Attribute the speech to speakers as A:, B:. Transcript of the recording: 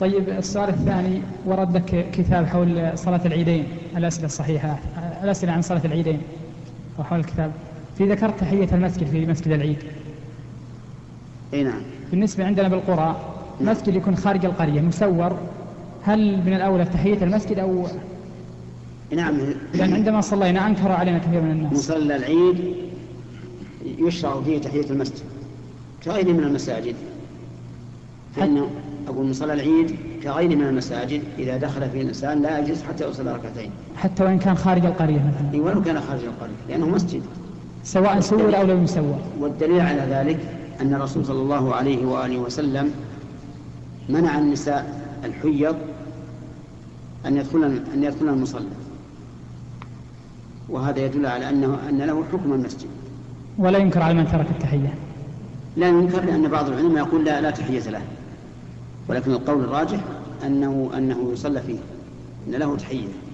A: طيب السؤال الثاني ورد لك كتاب حول صلاة العيدين الأسئلة الصحيحة الأسئلة عن صلاة العيدين أو حول الكتاب في ذكرت تحية المسجد في مسجد العيد
B: اي نعم
A: بالنسبة عندنا بالقرى مسجد يكون خارج القرية مسور هل من الأولى تحية المسجد أو
B: إي نعم
A: لأن عندما صلينا أنكروا علينا كثير من الناس
B: مصلى العيد يشرع فيه تحية المسجد كغيره من المساجد فإنه أقول مصلى العيد كغيره من المساجد إذا دخل فيه الإنسان لا يجلس حتى يصلي ركعتين
A: حتى وإن كان خارج القرية مثلا
B: إي ولو كان خارج القرية لأنه مسجد
A: سواء سور أو لم يسور
B: والدليل على ذلك أن الرسول صلى الله عليه وآله وسلم منع النساء الحيض أن يدخلن أن يدخلن المصلى وهذا يدل على أنه أن له حكم المسجد
A: ولا ينكر على من ترك التحية
B: لا ينكر لأن بعض العلماء يقول لا لا تحية له ولكن القول الراجح أنه أنه يصلى فيه أن له تحية